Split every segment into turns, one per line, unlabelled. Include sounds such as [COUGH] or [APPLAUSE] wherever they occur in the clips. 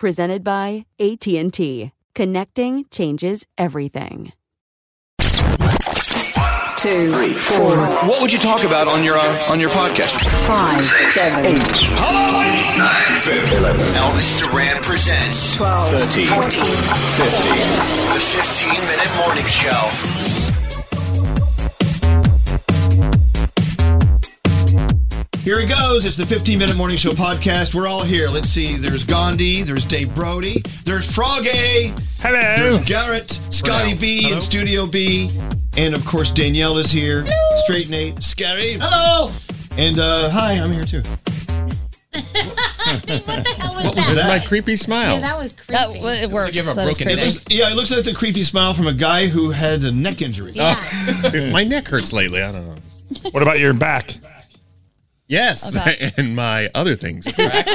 presented by AT&T. Connecting changes everything.
two, three, four,
What would you talk about on your uh, on your podcast?
five, seven, eight,
Elvis Duran presents
twelve, fourteen,
the 15 minute morning show. Here he goes. It's the 15 minute morning show podcast. We're all here. Let's see. There's Gandhi. There's Dave Brody. There's Froggy. Hello. There's Garrett, Scotty B, and Studio B. And of course, Danielle is here. Straight Nate. Scary. Hello. And uh, hi, I'm here too.
What was
that?
my creepy smile?
That was creepy.
That, well, it works.
give her a
That is
broken
creepy.
neck.
Yeah, it looks like the creepy smile from a guy who had a neck injury.
[LAUGHS] my neck hurts lately. I don't know.
What about your back?
Yes,
Okay.
[LAUGHS] and my other things.
Nate,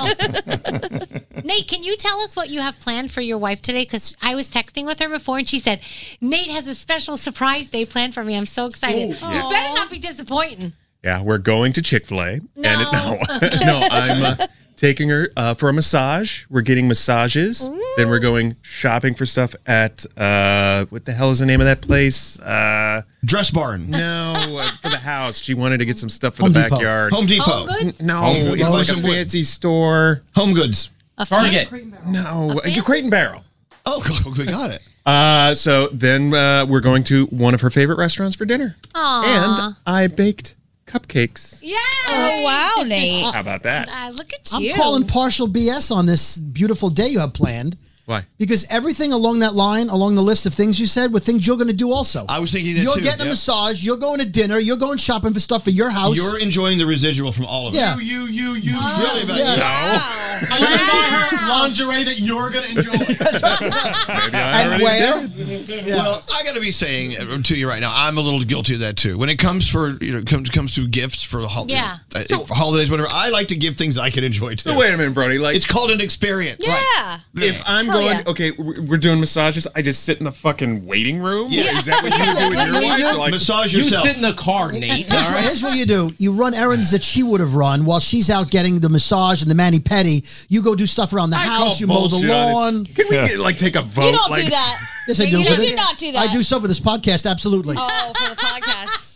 can you tell us what you have planned for your wife today? Because I was texting with her before and she said, Nate has a special surprise day planned for me. I'm so excited. You better not be disappointing.
yeah, we're going to Chick Fil A. No, and
No.
no, [LAUGHS] no I'm uh, taking her uh, for a massage. We're getting massages. Then we're going shopping for stuff at uh, what the hell is the name of that place? Uh,
Dress barn.
no, uh, for the house. She wanted to get some stuff for the
Depot.
backyard.
Home Depot.
Oh, good.
No,
Home
it's like
Goods.
a fancy store.
Home Goods.
Target.
No,
fancy-
Crate and Barrel.
Oh, we got it.
Uh, so then uh, we're going to one of her favorite restaurants for dinner.
Aw.
And I baked cupcakes.
Yeah.
Oh wow, Nate.
How about that?
Uh, look at
I'm
you.
calling partial BS on this beautiful day you have planned
Why?
because everything along that line, along the list of things you said, were things you're going to do also.
I was thinking that
You're
too,
getting a
yeah.
massage. You're going to dinner. You're going shopping for stuff for your house.
You're enjoying the residual from all of it.
Yeah.
You, you, you, you. It's really
Oh,
about
Yeah.
you.
Wow.
I'm gonna buy her lingerie that you're gonna
[LAUGHS]
enjoy. [LAUGHS]
Maybe I
and
already
where?
Well, I got to be saying uh, to you right now, I'm a little guilty of that too. When it comes for you know comes comes to gifts for the hol-
Yeah.
uh, for holidays, whatever. I like to give things I can enjoy too.
So wait a minute, Brody. Like,
It's called an experience.
Yeah.
if I'm going,
yeah.
okay, we're we're doing massages. I just sit in the fucking waiting room.
Yeah.
Is that
[LAUGHS]
what you do with your wife? You're like,
You sit in the car, Nate.
Here's,
all
what-
right?
here's what you do: you run errands that she would have run while she's out getting the massage and the mani pedi. You go do stuff around the house. You mow the
bullshit on it.
lawn.
Can we get, like take a vote?
don't do
like,
that.
Yes, I
You
do.
do
for the-
not do that.
I do stuff for this podcast. Absolutely.
Oh, for the podcast.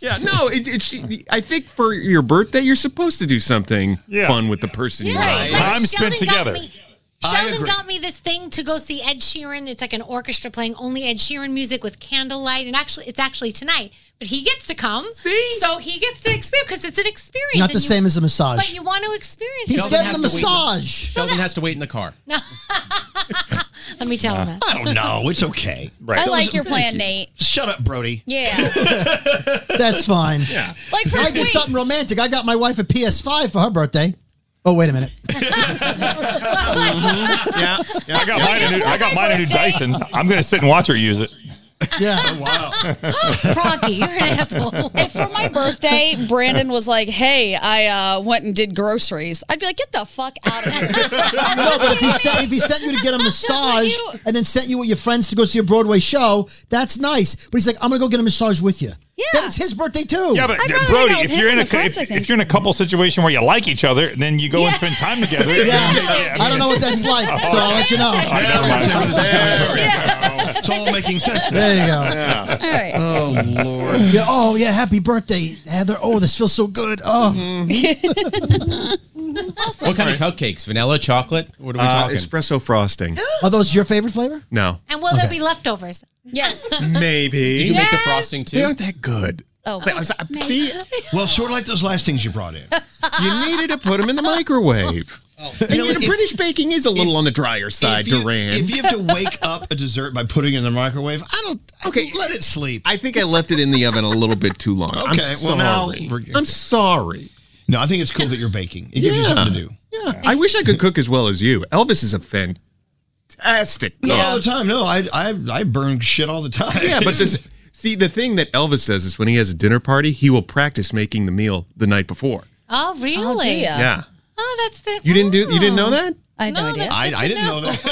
[LAUGHS] Yeah, no, it, it, she, I think for your birthday, you're supposed to do something fun with the person you
Right,
love.
like Time spent Sheldon got together. me-
I
Sheldon
agree.
got me this thing to go see Ed Sheeran. It's like an orchestra playing only Ed Sheeran music with candlelight, and actually, it's actually tonight. But he gets to come, see, so he gets to experience because it's an experience.
Not
and
the
you-
same as a massage.
But you want to experience.
He's
it.
getting a massage.
Sheldon has to wait in the car.
[LAUGHS] Let me tell him.
I don't know. It's okay.
I like your
Thank
plan,
you.
Nate.
Shut up, Brody.
[LAUGHS]
Yeah.
That's fine.
Yeah.
Like for
I did something romantic. I got my wife a PS5 for her birthday. Oh wait a minute.
yeah, I got
yeah.
mine. A new, I got mine a new Dyson. I'm gonna sit and watch her use it.
Yeah.
wow.
Froggy, you're
[LAUGHS]
an
[LAUGHS]
asshole.
If for my birthday, Brandon was like, "Hey, I uh, went and did groceries," I'd be like, "Get the fuck out of here!"
no, but if he sent if he sent you to get a massage and then sent you with your friends to go see a Broadway show, that's nice. But he's like, I'm gonna go get a massage with you. Yeah, it's his birthday too.
Yeah, but Brody, if you're in a cou- [LAUGHS] if, if you're in a couple situation where you like each other, then you go and spend time
[LAUGHS]
together.
Yeah. I don't know what that's like, so I'll let you know. [LAUGHS]
It's all making sense.
There you go.
All right. Oh lord.
Yeah, oh yeah, happy birthday, Heather. Oh, this feels so good. Oh,
Mm-hmm.
What kind of cupcakes? Vanilla, chocolate? What are we
Uh,
talking?
espresso frosting.
are those your favorite flavor?
No.
And will there be leftovers? [LAUGHS]
Yes.
Maybe.
Did you make the frosting too?
They aren't that good. [LAUGHS]
Oh,
see,
Well, sort of like those last things you brought in. Oh.
you needed to put them in the microwave. And
You know,
your
if-
British baking is a little on the drier side,
if you,
Duran.
If you have to wake up a dessert by putting it in the microwave, I don't. Okay, let it sleep.
I think I left it in the oven a little bit too long.
Okay,
I'm
well
sorry.
now
I'm sorry.
No, I think it's cool that you're baking. It gives you
Yeah.
something to do.
Yeah. I wish I could cook as well as you. Elvis is a fantastic cook.
All the time. No, I I I burn shit all the time.
Yeah, but this see the thing that Elvis says is when he has a dinner party, he will practice making the meal the night before.
Oh, really?
do ya?
Yeah.
Oh, that's the. Hmm.
You didn't do you didn't
Oh.
know that?
I had no, idea.
I, I didn't know that.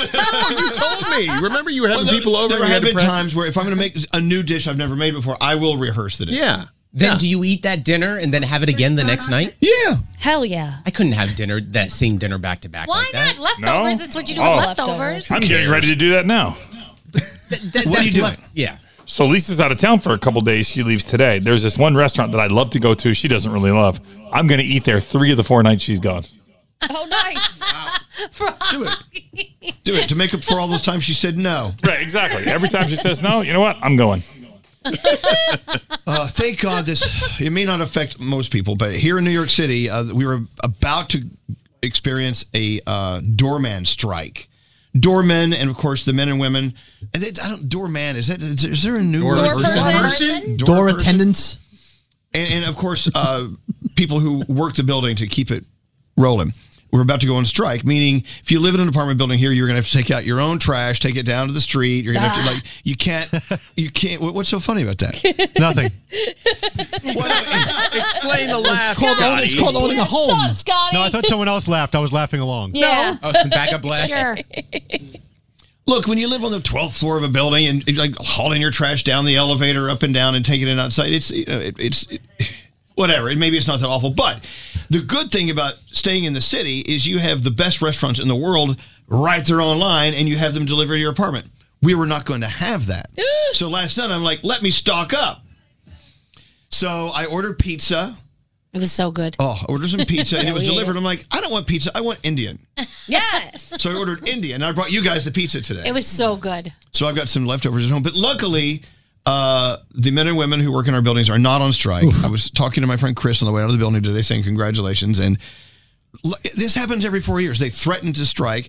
you
[LAUGHS]
told me. Remember you were having
Well,
people over
There
and you
have
had to
been
practice?
times where if I'm going to make a new dish I've never made before, I will rehearse the dish.
Yeah.
Then do you eat that dinner and then have it again the next night?
Yeah.
Hell yeah.
I couldn't have dinner that same dinner back to back.
Why
like that.
not leftovers?
No.
It's what you do
Oh.
with leftovers.
I'm
[LAUGHS]
getting ready to do that now.
what do you do?
Yeah. So Lisa's out of town for a couple days. She leaves today. There's this one restaurant that I love to go to. She doesn't really love. I'm going to eat there three of the four nights she's gone.
Oh, nice.
Do it. Do it to make up for all those times she said no.
Right, exactly. Every time she says no, you know what? I'm going.
[LAUGHS] Uh, thank God this, it may not affect most people, but here in New York City, uh, we were about to experience a uh, doorman strike. Doormen, and of course, the men and women. and they- I don't, doorman, is that, is, there- is there a new
Door
word?
person?
Door,
door
person?
attendants.
and, and of course, uh, people who work the building to keep it rolling. We're about to go on strike, meaning if you live in an apartment building here, you're going to have to take out your own trash, take it down to the street. You're going to have to like, you can't, you can't. what- What's so funny about that? Nothing.
Explain the laugh.
It's called, own-
Scotty.
it's called owning a home.
Shut up, Scotty.
No, I thought someone else laughed. I was laughing along.
yeah.
Oh, back up black.
Sure.
Look, when you live on the 12th floor of a building and you're, like hauling your trash down the elevator up and down and taking it outside, it's you know, it, it's [LAUGHS] it, whatever. Maybe it's not that awful, but the good thing about staying in the city is you have the best restaurants in the world right there online, and you have them delivered to your apartment. We were not going to have that, so last night I'm like, let me stock up. So I ordered pizza.
It was so good.
Oh, I ordered some pizza and it was
yeah.
delivered. I'm like, I don't want pizza. I want Indian.
Yes.
So I ordered Indian. I brought you guys the pizza today.
It was so good.
So I've got some leftovers at home. But luckily, uh, the men and women who work in our buildings are not on strike. I was talking to my friend Chris on the way out of the building today saying congratulations. And l- this happens every four years. They threaten to strike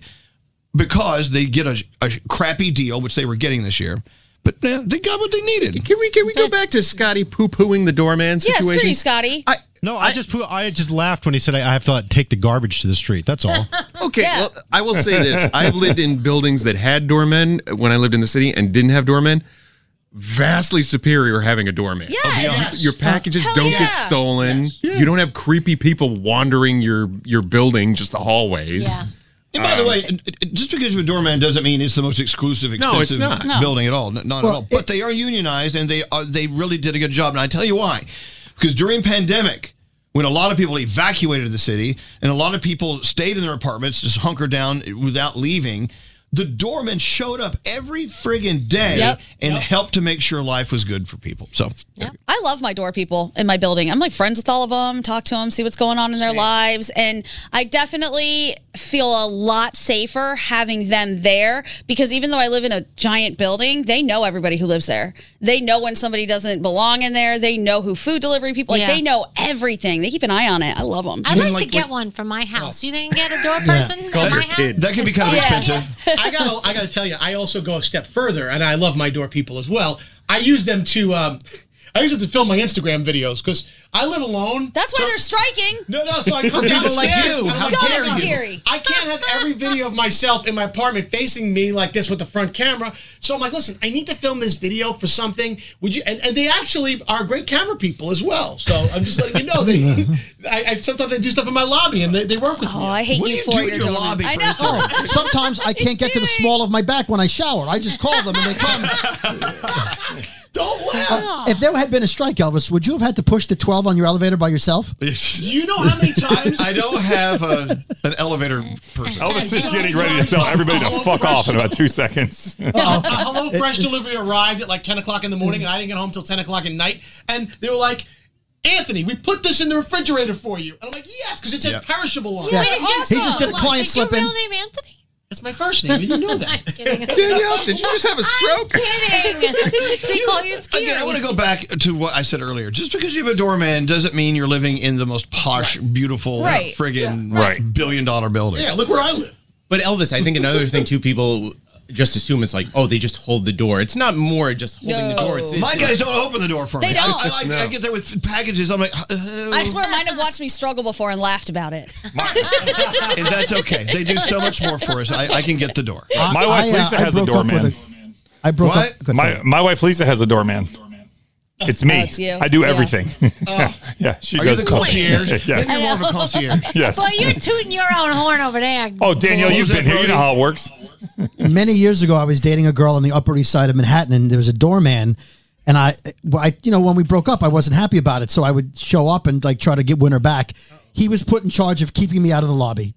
because they get a, a crappy deal, which they were getting this year. But eh, they got what they needed.
Can we can we go back to Scotty poo pooing the doorman
Yeah, screw
situation?
you, Scotty.
No, I, just put, I just laughed when he said I I have to like, take the garbage to the street. That's all.
Okay, well, I will say
[LAUGHS]
this: I've lived in buildings that had doormen when I lived in the city and didn't have doormen. Vastly superior having a doorman.
Yes.
Your packages
Hell
don't
yeah.
get stolen. You don't have creepy people wandering your your building, just the hallways.
Yeah.
And by the
Um,
way, it- it- just because you're a doorman doesn't mean it's the most exclusive, expensive
No, it's not. No.
building at all. N- Not
Well,
at all. But they are unionized, and they are, they really did a good job. And I tell you why, because during pandemic, when a lot of people evacuated the city and a lot of people stayed in their apartments, just hunkered down without leaving. The doorman showed up every friggin' day
Yep.
and helped to make sure life was good for people. So
I love my door people in my building. I'm like friends with all of them, talk to them, see what's going on in their lives. And I definitely feel a lot safer having them there because even though I live in a giant building, they know everybody who lives there. They know when somebody doesn't belong in there. They know who food delivery people, like
Yeah.
they know everything. They keep an eye on it. I love them.
I'd like, to get one from my house. You think I can get a door person at my house?
That can be kind of expensive.
I gotta, I gotta tell you, I also go a step further, and I love my door people as well. I use them to, um, I use them to film my Instagram videos because I live alone.
That's why they're striking.
No, no. So I [LAUGHS] come
People
down
like you. How dare you. Scary.
I can't have every video of myself in my apartment facing me like this with the front camera. So I'm like, listen, I need to film this video for something. Would you? And, and they actually are great camera people as well. So I'm just letting you know they. I, I sometimes I do stuff in my lobby and they, they work with me. Oh,
I hate
you for your
door.
lobby,
I know. [LAUGHS]
Oh, sometimes I can't get to the small of my back when I shower. I just call them and they come. [LAUGHS]
Don't
Uh, if there had been a strike, Elvis, would you have had to push the 12 on your elevator by [LAUGHS] yourself?
Do you know how many times?
I don't have a, an elevator person.
[LAUGHS] Elvis is getting ready to tell everybody to fuck off in about two seconds.
[LAUGHS] Hello Fresh delivery arrived at like 10 o'clock in the morning, and I didn't get home till 10 o'clock at night. And they were like, Anthony, we put this in the refrigerator for you. And I'm like, yes, because it said
Yeah.
perishable on
Yeah.
it.
He just did a client slip in.
name Anthony?
That's my first name. You
[LAUGHS]
know that. [LAUGHS]
Danielle,
did you just have a stroke?
[LAUGHS]
They call you scary.
Again, I want to go back to what I said earlier. Just because you have a doorman doesn't mean you're living in the most posh, beautiful,
Right.
friggin'
Yeah. Right.
billion dollar building.
Yeah, look where I live.
But Elvis, I think another thing too, people just assume it's like, oh, they just hold the door. It's not more just holding the door. It's, it's
My guys don't open the door for
They
me.
don't.
I, I, I, I get there with packages. I'm like, "Oh, "Hello."
I swear mine have watched me struggle before and laughed about it.
And that's okay. They do so much more for us. I, I can get the door.
My wife
uh,
Lisa has a doorman.
I broke
What?
up.
My, my wife Lisa has a doorman. It's
Oh,
me.
it's you.
I do
Yeah.
everything.
Oh.
[LAUGHS] Yeah,
Are
she
you
does
the [LAUGHS]
stuff. [LAUGHS]
concierge?
yes.
Maybe you're more of a concierge.
[LAUGHS]
Yes.
Well, you're tooting your own horn over there.
Oh, Danielle, you've been here. You know how it works.
Many years ago, I was dating a girl on the Upper East Side of Manhattan, and there was a doorman. And I, well, I, you know, when we broke up, I wasn't happy about it, so I would show up and like try to get win her back. He was put in charge of keeping me out of the lobby.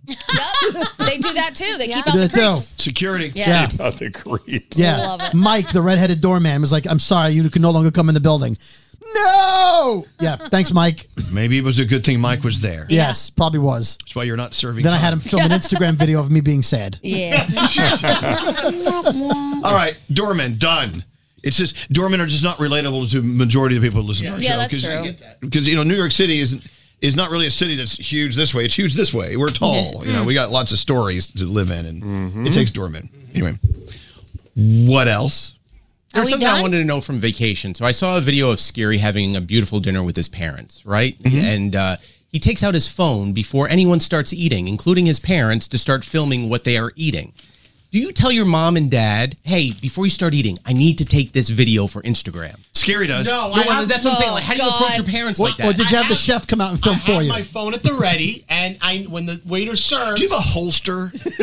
they do that too. They keep out
They
the
do.
creeps.
Security.
[LAUGHS]
Yeah.
Keep out the
[LAUGHS]
creeps.
Yeah, Mike, the redheaded doorman, was like, "I'm sorry, you can no longer come in the building." No. Yeah,
[LAUGHS]
thanks, Mike.
Maybe it was a good thing Mike was there.
Yes, probably was.
That's why you're not serving.
Then I had
[LAUGHS]
him
[LAUGHS]
film an Instagram video of me being sad.
Yeah.
All right, doorman done. It's just doormen are just not relatable to majority of the people who listen to our
Yeah,
show.
that's true. I get
Because you know New York City is is not really a city that's huge this way. It's huge this way. We're tall.
Yeah.
You know,
Mm.
we got lots of stories to live in, and
Mm.
it takes doormen. Anyway, what else?
There's
we
something
done?
I wanted to know from vacation. So I saw a video of Scary having a beautiful dinner with his parents, right?
Mm-hmm.
And uh, he takes out his phone before anyone starts eating, including his parents, to start filming what they are eating. Do you tell your mom and dad, hey, before you start eating, I need to take this video for Instagram?
Scary does.
No, I have-
that's what I'm
Oh,
saying. Like, how do you approach your
parents
Or, or did you have the chef come out and film
I
for
have
you?
my phone at the ready, and I when the waiter serves. Do you
have
[LAUGHS]
a holster?
[LAUGHS]
He's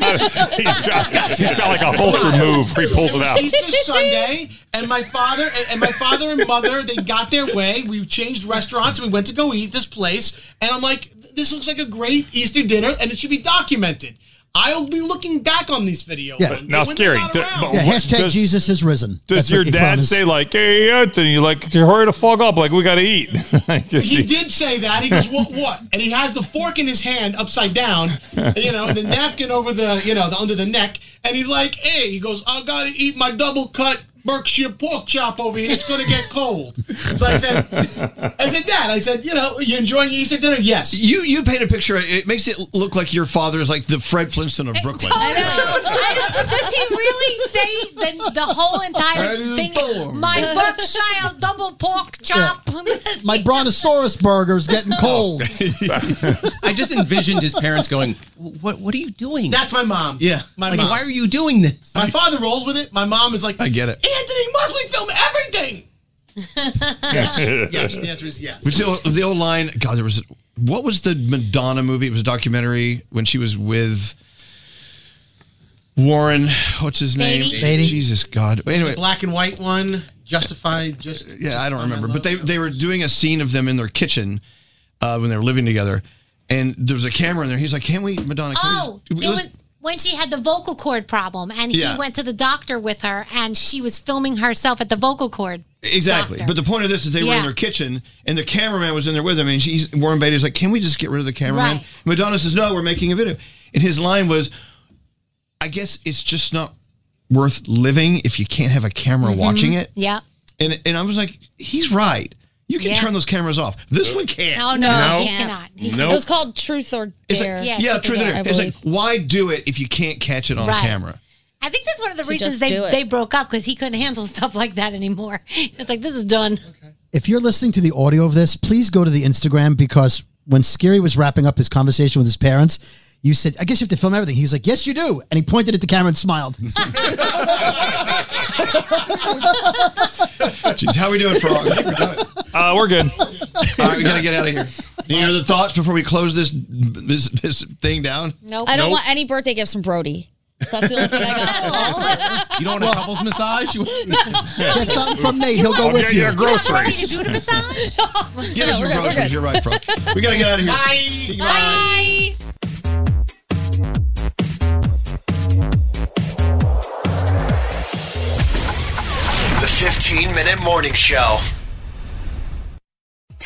got, he's got like a holster move where he pulls
[LAUGHS]
it out.
Easter Sunday, and my father and- and my father and mother they got their way. We changed restaurants. We went to go eat at this place, and I'm like, this looks like a great Easter dinner, and it should be documented. I'll be looking back on these videos.
Yeah.
And
Now,
when
scary.
they're not
d-
around-
but
yeah,
what-
hashtag
does,
Jesus has risen.
does
That's
your
what he
dad
promised.
say like, "Hey Anthony, like hurry the fuck up, like we gotta eat"? [LAUGHS] I guess
he did say that. He goes, "What? What?" And he has the fork in his hand, upside down, and, you know, and the napkin over the, you know, the, under the neck. And he's like, "Hey," he goes, "I gotta eat my double cut Berkshire pork chop over here. It's gonna get cold." So I said,
[LAUGHS]
"I said, Dad, I said, you know, you enjoying your Easter dinner? Yes."
You you paint a picture. It makes it look like your father is like the Fred Flintstone of Brooklyn.
Oh, I don't- Does he really say the, the whole entire thing?
[LAUGHS]
My Berkshire double pork chop.
My brontosaurus burger's getting cold.
[LAUGHS] I just envisioned his parents going, "What? What are you doing?"
That's my mom.
Yeah.
My
like,
mom.
why are you doing this?
My father rolls with it. My mom is like,
I get it.
Anthony, must we film [LAUGHS] everything? yes. yes, the answer is yes.
Which the, old- the old line, God, there was What was the Madonna movie? It was a documentary when she was with Warren. What's his
Beatty.
name?
Beatty.
Jesus God. Anyway,
The black and white one, Justified. Just
yeah, I don't remember, but they they were doing a scene of them in their kitchen uh, when they were living together, and there was a camera in there. He's like, "Can we, Madonna? Can we-
Oh,
we-
it
let's-
was when she had the vocal cord problem, and he
Yeah.
went to the doctor with her, and she was filming herself at the vocal cord.
Exactly. But the point of this is they were
Yeah.
in their kitchen and the cameraman was in there with them and she's Warren Beatty's like, Can we just get rid of the cameraman?
Right.
Madonna says, No, we're making a video. And his line was, I guess it's just not worth living if you can't have a camera watching
Mm-hmm.
it.
Yeah.
And and I was like, He's right. You can
Yeah.
turn those cameras off. This one can't.
No, no, he cannot. He
Nope.
It was called Truth or
It's
Dare.
like, yeah, true.
I
it's like,
believe.
why do it if you can't catch it on
Right.
camera?
I think that's one of the
To
reasons
just
they,
do it.
they broke up because he couldn't handle [LAUGHS] stuff like that anymore. It's like this is done.
If you're listening to the audio of this, please go to the Instagram because when Scary was wrapping up his conversation with his parents, you said, I guess you have to film everything. He was like, Yes, you do. And he pointed at the camera and smiled.
[LAUGHS]
Jeez, how we doing,
[LAUGHS]
Frog? I think we're doing.
Uh, we're good.
All right, we gotta get out of here. Any other thoughts before we close this this, this thing down?
I don't want any birthday gifts from Brody. That's the
[LAUGHS]
only thing I got.
you don't want a couples massage? [LAUGHS] You-
Get something from Nate. He'll go
I'll
with
get
you.
you a grocery.
You doing a
[LAUGHS]
massage?
Get us some groceries. You're right, Frog. We gotta get out of here.
Bye. Bye.
[LAUGHS] The 15 Minute Morning Show.